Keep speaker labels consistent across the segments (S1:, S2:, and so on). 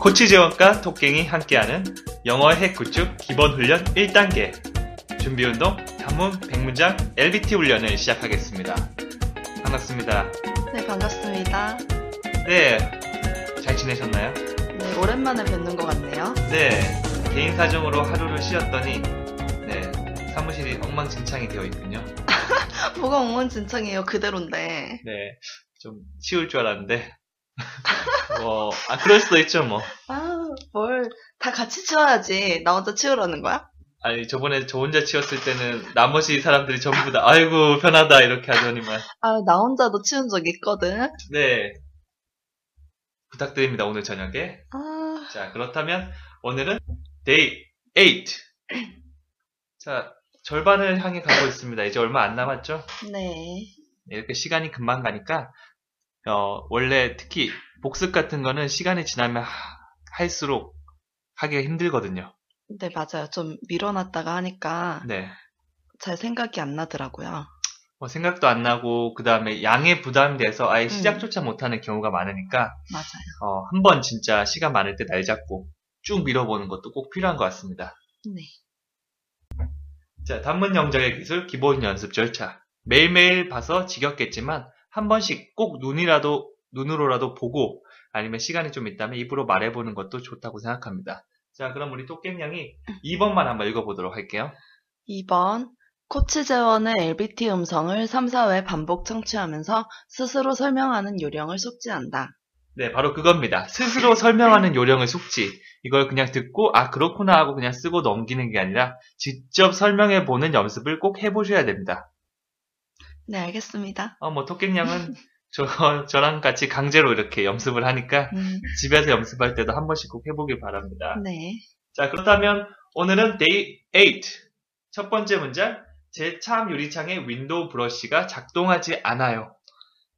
S1: 코치재원과 톡갱이 함께하는 영어의 핵 구축 기본 훈련 1단계 준비 운동 단문 100문장 LBT 훈련을 시작하겠습니다. 반갑습니다.
S2: 네, 반갑습니다.
S1: 네. 잘 지내셨나요?
S2: 네, 오랜만에 뵙는 것 같네요.
S1: 네. 개인 사정으로 하루를 쉬었더니 네. 사무실이 엉망진창이 되어 있군요.
S2: 뭐가 엉망진창이에요. 그대로인데.
S1: 네. 좀 쉬울 줄 알았는데. 뭐, 아, 그럴 수도 있죠, 뭐.
S2: 아, 뭘. 다 같이 치워야지. 나 혼자 치우라는 거야?
S1: 아니, 저번에 저 혼자 치웠을 때는 나머지 사람들이 전부 다, 아이고, 편하다, 이렇게 하더니만.
S2: 아, 나 혼자도 치운 적 있거든.
S1: 네. 부탁드립니다, 오늘 저녁에.
S2: 아,
S1: 자, 그렇다면 오늘은 데이 8. 자, 절반을 향해 가고 있습니다. 이제 얼마 안 남았죠?
S2: 네.
S1: 이렇게 시간이 금방 가니까, 어, 원래 특히 복습 같은 거는 시간이 지나면 하- 할수록 하기가 힘들거든요.
S2: 네, 맞아요. 좀 밀어놨다가 하니까
S1: 네.
S2: 잘 생각이 안 나더라고요.
S1: 뭐 생각도 안 나고, 그 다음에 양에 부담돼서 아예 시작조차 못하는 경우가 많으니까,
S2: 맞아요.
S1: 어, 한 번 진짜 시간 많을 때 날 잡고 쭉 밀어보는 것도 꼭 필요한 것 같습니다.
S2: 네.
S1: 자, 단문 영작의 기술 기본 연습 절차. 매일매일 봐서 지겹겠지만 한 번씩 꼭 눈이라도 눈으로라도 보고 아니면 시간이 좀 있다면 입으로 말해보는 것도 좋다고 생각합니다. 자, 그럼 우리 또깽 양이 2번만 한번 읽어보도록 할게요.
S2: 2번. 코치 재원의 LBT 음성을 3, 4회 반복 청취하면서 스스로 설명하는 요령을 숙지한다.
S1: 네, 바로 그겁니다. 스스로 설명하는 요령의 숙지. 이걸 그냥 듣고 아 그렇구나 하고 그냥 쓰고 넘기는 게 아니라 직접 설명해보는 연습을 꼭 해보셔야 됩니다.
S2: 네, 알겠습니다.
S1: 어, 뭐 토깽 양은 저, 저랑 같이 강제로 이렇게 연습을 하니까
S2: 음,
S1: 집에서 연습할 때도 한 번씩 꼭 해보길 바랍니다.
S2: 네.
S1: 자, 그렇다면 오늘은 데이 8. 첫 번째 문장. 제 참 유리창에 윈도우 브러쉬가 작동하지 않아요.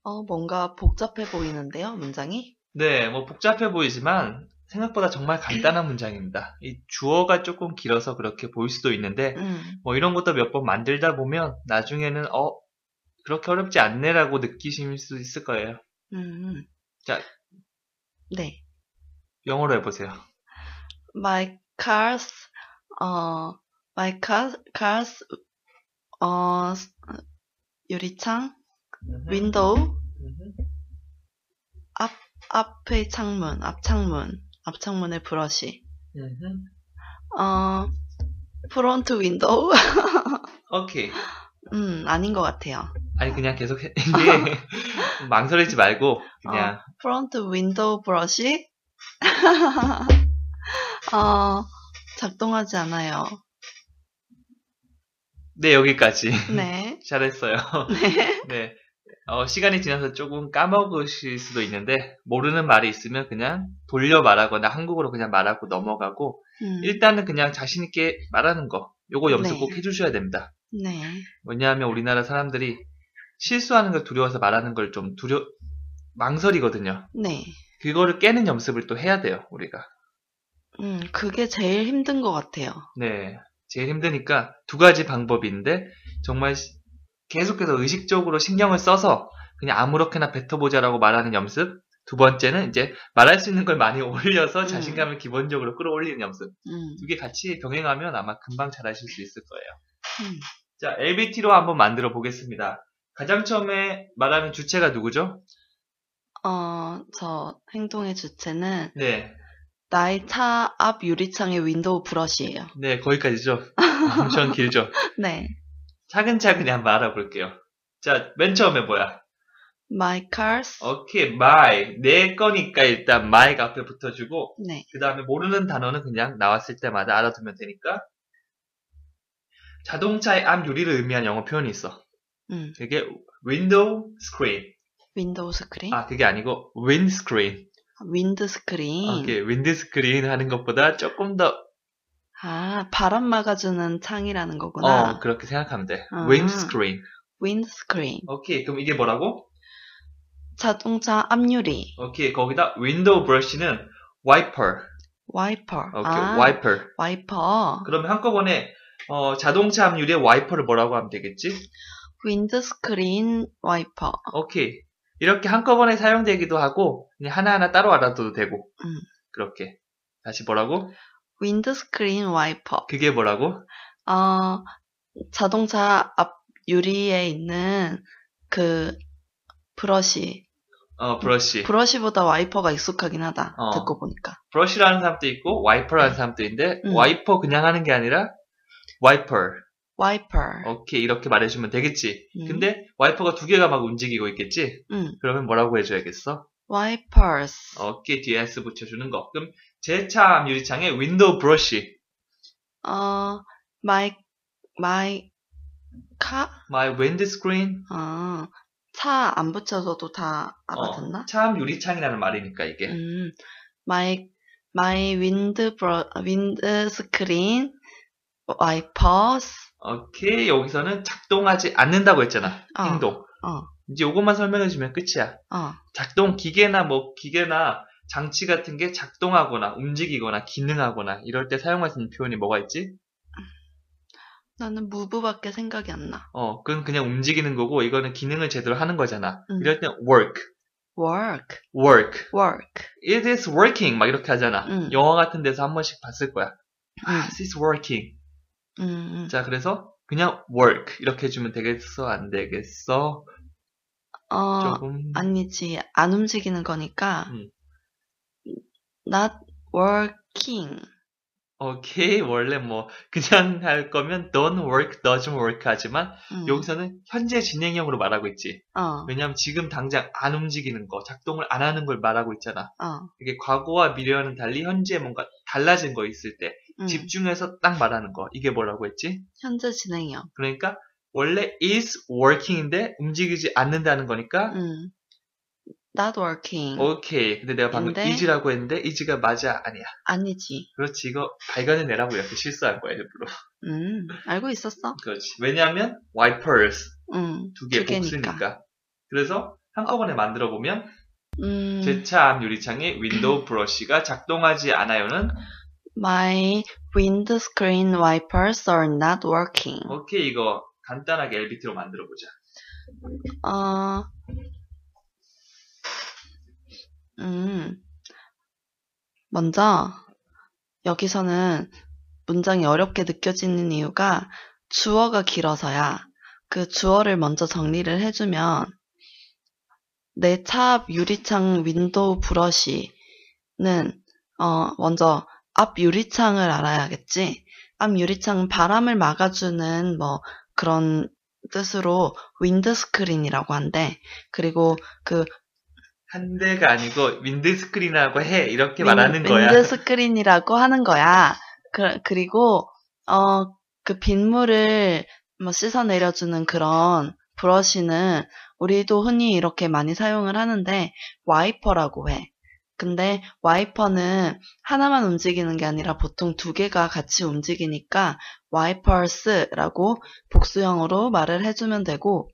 S2: 어, 뭔가 복잡해 보이는데요, 문장이?
S1: 네, 뭐 복잡해 보이지만 생각보다 정말 간단한 문장입니다. 이 주어가 조금 길어서 그렇게 보일 수도 있는데
S2: 음,
S1: 뭐 이런 것도 몇 번 만들다 보면 나중에는 어 그렇게 어렵지 않네라고 느끼실 수 있을 거예요.
S2: 음, 음.
S1: 자.
S2: 네.
S1: 영어로 해보세요.
S2: My cars, 어, my cars, cars, 어, 유리창,
S1: 네.
S2: 윈도우, 앞의 창문, 앞창문, 앞창문의 브러쉬, 어, 프론트 윈도우?
S1: 오케이.
S2: 음, 아닌 것 같아요.
S1: 아니 그냥 계속 해- 이게 망설이지 말고 그냥
S2: 아. 프론트 윈도우 브러쉬? 어, 작동하지 않아요.
S1: 네 여기까지
S2: 네.
S1: 잘했어요.
S2: 네.
S1: 네 어, 시간이 지나서 조금 까먹으실 수도 있는데 모르는 말이 있으면 그냥 돌려 말하거나 한국어로 그냥 말하고 넘어가고
S2: 음,
S1: 일단은 그냥 자신 있게 말하는 거 요거 연습
S2: 네.
S1: 꼭 해주셔야 됩니다.
S2: 네.
S1: 왜냐하면 우리나라 사람들이 실수하는 걸 두려워서 말하는 걸 좀 두려 망설이거든요.
S2: 네.
S1: 그거를 깨는 연습을 또 해야 돼요 우리가.
S2: 음, 그게 제일 힘든 것 같아요.
S1: 네. 제일 힘드니까 두 가지 방법인데, 정말 시- 계속해서 의식적으로 신경을 써서 그냥 아무렇게나 뱉어보자라고 말하는 연습. 두 번째는 이제 말할 수 있는 걸 많이 올려서
S2: 음.
S1: 자신감을 기본적으로 끌어올리는 연습.
S2: 음,
S1: 두 개 같이 병행하면 아마 금방 잘하실 수 있을 거예요.
S2: 음.
S1: 자, LBT로 한번 만들어 보겠습니다. 가장 처음에 말하는 주체가 누구죠?
S2: 어, 저 행동의 주체는
S1: 네.
S2: 나의 차 앞 유리창의 윈도우 브러쉬예요.
S1: 네, 거기까지죠. 엄청 길죠.
S2: 네.
S1: 차근차근히 한번 알아볼게요. 자, 맨 처음에 뭐야?
S2: My cars.
S1: 오케이, my. 내 거니까 일단 my 가 앞에 붙어주고,
S2: 네.
S1: 그 다음에 모르는 단어는 그냥 나왔을 때마다 알아두면 되니까. 자동차의 앞 유리를 의미한 영어 표현이 있어.
S2: 음.
S1: 그게 window screen.
S2: 윈도우 스크린. 아,
S1: 아, 그게 아니고 wind screen.
S2: 윈드 스크린.
S1: 오케이, wind screen 하는 것보다 조금 더,
S2: 아, 바람 막아주는 창이라는 거구나.
S1: 어, 그렇게 생각하면 돼.
S2: 아.
S1: wind screen.
S2: 윈드 스크린.
S1: 오케이, 그럼 이게 뭐라고?
S2: 자동차 앞유리.
S1: 오케이, 거기다 window brush는 wiper.
S2: 와이퍼.
S1: 오케이,
S2: 아,
S1: wiper.
S2: 와이퍼.
S1: 그러면 한꺼번에 어, 자동차 앞유리에 와이퍼를 뭐라고 하면 되겠지?
S2: 윈드 스크린 와이퍼.
S1: 오케이. 이렇게 한꺼번에 사용되기도 하고 그냥 하나하나 따로 알아둬도 되고
S2: 음.
S1: 그렇게. 다시 뭐라고?
S2: 윈드스크린 와이퍼.
S1: 그게 뭐라고?
S2: 어, 자동차 앞 유리에 있는 그 브러쉬. 음.
S1: 어, 브러쉬.
S2: 브러쉬보다 와이퍼가 익숙하긴 하다.
S1: 어.
S2: 듣고 보니까.
S1: 브러쉬라는 사람도 있고 와이퍼라는 사람도 있는데
S2: 음.
S1: 와이퍼 그냥 하는 게 아니라 와이퍼.
S2: 와이퍼.
S1: 오케이 이렇게 말해주면 되겠지.
S2: 음.
S1: 어, 근데 와이퍼가 두 개가 막 움직이고 있겠지.
S2: 응.
S1: 그러면 뭐라고 해줘야겠어?
S2: 음, 와이퍼스.
S1: 오케이 뒤에 S 붙여주는 거. 그럼 제 차 앞 유리창에 윈도우 브러쉬.
S2: 어, 마이, 마이, 카?
S1: My window screen.
S2: 어, 차 안 붙여서도 다
S1: 어.
S2: 알아듣나?
S1: 차 앞 유리창이라는 말이니까 이게.
S2: 음, 마이, 마이 윈드 브러, 윈드 스크린, 와이퍼스,
S1: 오케이 여기서는 작동하지 않는다고 했잖아.
S2: 어.
S1: 행동.
S2: 어.
S1: 이제 이것만 설명해주면 끝이야.
S2: 어,
S1: 작동 기계나 뭐 기계나 장치 같은 게 작동하거나 움직이거나 기능하거나 이럴 때 사용할 수 있는 표현이 뭐가 있지?
S2: 나는 무브밖에 생각이 안 나.
S1: 어, 그건 그냥 움직이는 거고, 이거는 기능을 제대로 하는 거잖아.
S2: 음.
S1: 이럴 땐 work,
S2: work,
S1: work,
S2: work.
S1: it is working, 막 이렇게 하잖아.
S2: 음.
S1: 영화 같은 데서 한 번씩 봤을 거야.
S2: 음.
S1: 아, it's working.
S2: 음, 음.
S1: 자, 그래서 그냥 work. 이렇게 해주면 되겠어? 안 되겠어?
S2: 어,
S1: 조금.
S2: 아니지. 안 움직이는 거니까.
S1: 음.
S2: not working.
S1: 오케이. 원래 뭐, 그냥 할 거면 don't work, doesn't work 하지만,
S2: 음.
S1: 여기서는 현재 진행형으로 말하고 있지.
S2: 어,
S1: 왜냐면 지금 당장 안 움직이는 거, 작동을 안 하는 걸 말하고 있잖아.
S2: 어.
S1: 이게 과거와 미래와는 달리 현재 뭔가 달라진 거 있을 때,
S2: 음.
S1: 집중해서 딱 말하는 거. 이게 뭐라고 했지?
S2: 현재 진행형.
S1: 그러니까 원래 is working인데 움직이지 않는다는 거니까
S2: 음. not working.
S1: 오케이. 근데 내가 방금
S2: 음. 근데-
S1: is라고 했는데 is가 맞아 아니야.
S2: 아니지.
S1: 그렇지 이거 발견해내라고 이렇게 실수한 거야 일부러.
S2: 음, 알고 있었어?
S1: 그렇지. 왜냐하면 wipers
S2: 음,
S1: 두 개
S2: 두 개니까.
S1: 복수니까. 그래서 한꺼번에 만들어 보면
S2: 음,
S1: 제 차 앞 유리창에 윈도우 브러쉬가 작동하지 않아요는
S2: my windscreen wipers are not working.
S1: 오케이 이거 간단하게 LBT로 만들어 보자.
S2: 어, 음, 먼저, 여기서는 문장이 어렵게 느껴지는 이유가 주어가 길어서야. 그 주어를 먼저 정리를 해주면, 내 차 앞 유리창 윈도우 브러쉬는, 어, 먼저 앞 유리창을 알아야겠지. 앞 유리창은 바람을 막아주는 뭐 그런 뜻으로 윈드스크린이라고 한대. 그리고 그
S1: 한 대가 아니고 윈드스크린이라고 해 이렇게 말하는 거야.
S2: 윈드스크린이라고 하는 거야. 그, 그리고 어 그 빗물을 뭐 씻어 내려주는 그런 브러쉬는 우리도 흔히 이렇게 많이 사용을 하는데 와이퍼라고 해. 근데 와이퍼는 하나만 움직이는 게 아니라 보통 두 개가 같이 움직이니까 와이퍼스라고 복수형으로 말을 해주면 되고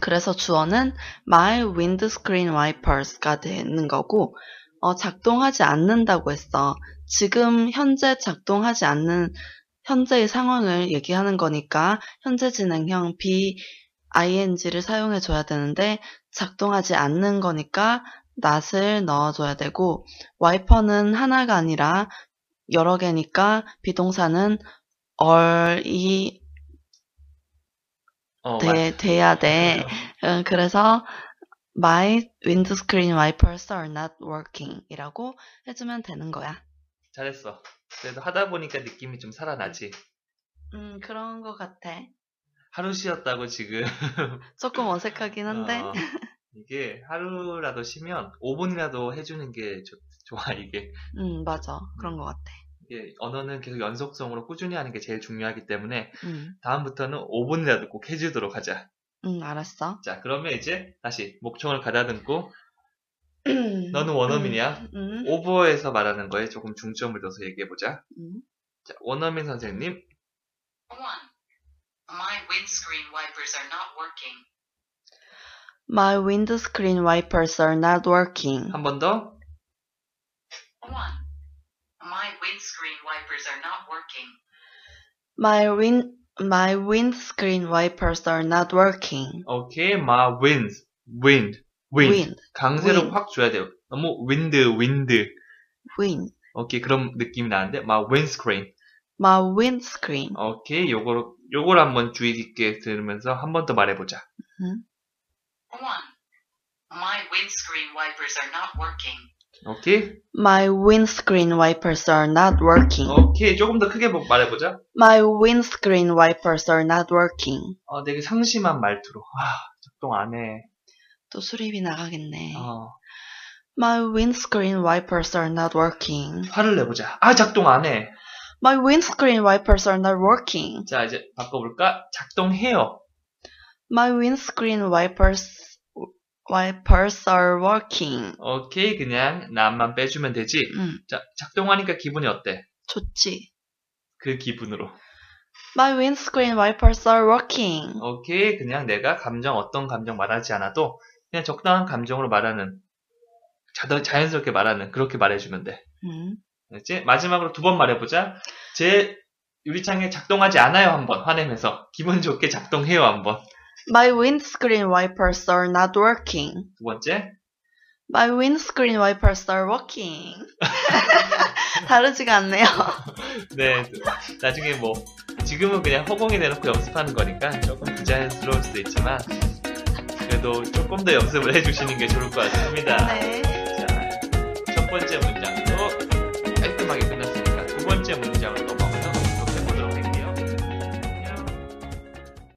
S2: 그래서 주어는 my windscreen wipers가 되는 거고 어, 작동하지 않는다고 했어. 지금 현재 작동하지 않는 현재의 상황을 얘기하는 거니까 현재 진행형 be ing를 사용해 줘야 되는데 작동하지 않는 거니까 not을 넣어줘야 되고 와이퍼는 하나가 아니라 여러 개니까 비동사는 all이
S1: 어, 네.
S2: 돼, 돼야 돼. 응, 그래서 my windscreen wipers are not working 이라고 해주면 되는 거야.
S1: 잘했어. 그래도 하다 보니까 느낌이 좀 살아나지.
S2: 음, 그런 거 같아.
S1: 하루 쉬었다고 지금.
S2: 조금 어색하긴 한데.
S1: 어, 이게 하루라도 쉬면 5분이라도 해주는 게 좋, 좋아, 이게.
S2: 음, 맞아. 그런 거 같아.
S1: 이게 언어는 계속 연속성으로 꾸준히 하는 게 제일 중요하기 때문에
S2: 음,
S1: 다음부터는 5분이라도 꼭 해주도록 하자.
S2: 음, 알았어.
S1: 자, 그러면 이제 다시 목청을 가다듬고 너는 원어민이야?
S2: 음, 음,
S1: 오버에서 말하는 거에 조금 중점을 둬서 얘기해보자.
S2: 음.
S1: 자, 원어민 선생님.
S3: My windscreen wipers are not working.
S2: My windscreen wipers are not working.
S1: 한 번 더.
S3: One. My windscreen wipers are not working.
S2: My win my windscreen wipers are not working.
S1: 오케이, my winds. wind. wind.
S2: Wind.
S1: 강세를
S2: wind.
S1: 확 줘야 돼요. 너무 윈드, 윈드.
S2: win.
S1: 오케이 그런 느낌이 나는데 막 윈스크린
S2: My windscreen.
S1: 오케이 요거 요걸 한번 주의 깊게 들으면서 한 번 더 말해보자
S3: 1. My windscreen wipers are not working.
S1: 오케이
S2: My windscreen wipers are not working.
S1: 오케이 조금 더 크게 뭐- 말해보자
S2: My windscreen wipers are not working.
S1: 어 되게 상심한 말투로 아 작동 안해
S2: 또 수리비 나가겠네.
S1: 어
S2: My windscreen wipers are not working.
S1: 화를 내보자 아 작동 안해
S2: My windscreen wipers are not working.
S1: 자 이제 바꿔볼까 작동해요
S2: My windscreen wipers wipers are working.
S1: 오케이 그냥 남만 빼주면 되지
S2: 음,
S1: 자 작동하니까 기분이 어때
S2: 좋지.
S1: 그 기분으로
S2: My windscreen wipers are working.
S1: 오케이 그냥 내가 감정 어떤 감정 말하지 않아도 그냥 적당한 감정으로 말하는 자, 자연스럽게 말하는 그렇게 말해주면 돼
S2: 음.
S1: 알았지? 마지막으로 두 번 말해보자. 제 유리창에 작동하지 않아요 한번 화내면서 기분 좋게 작동해요 한번
S2: My windscreen wipers are not working.
S1: 두 번째
S2: My windscreen wipers are working. 다르지가 않네요.
S1: 네 나중에 뭐 지금은 그냥 허공에 내놓고 연습하는 거니까 조금 부자연스러울 수도 있지만 그래도 조금 더 연습을 해주시는 게 좋을 것 같습니다.
S2: 네.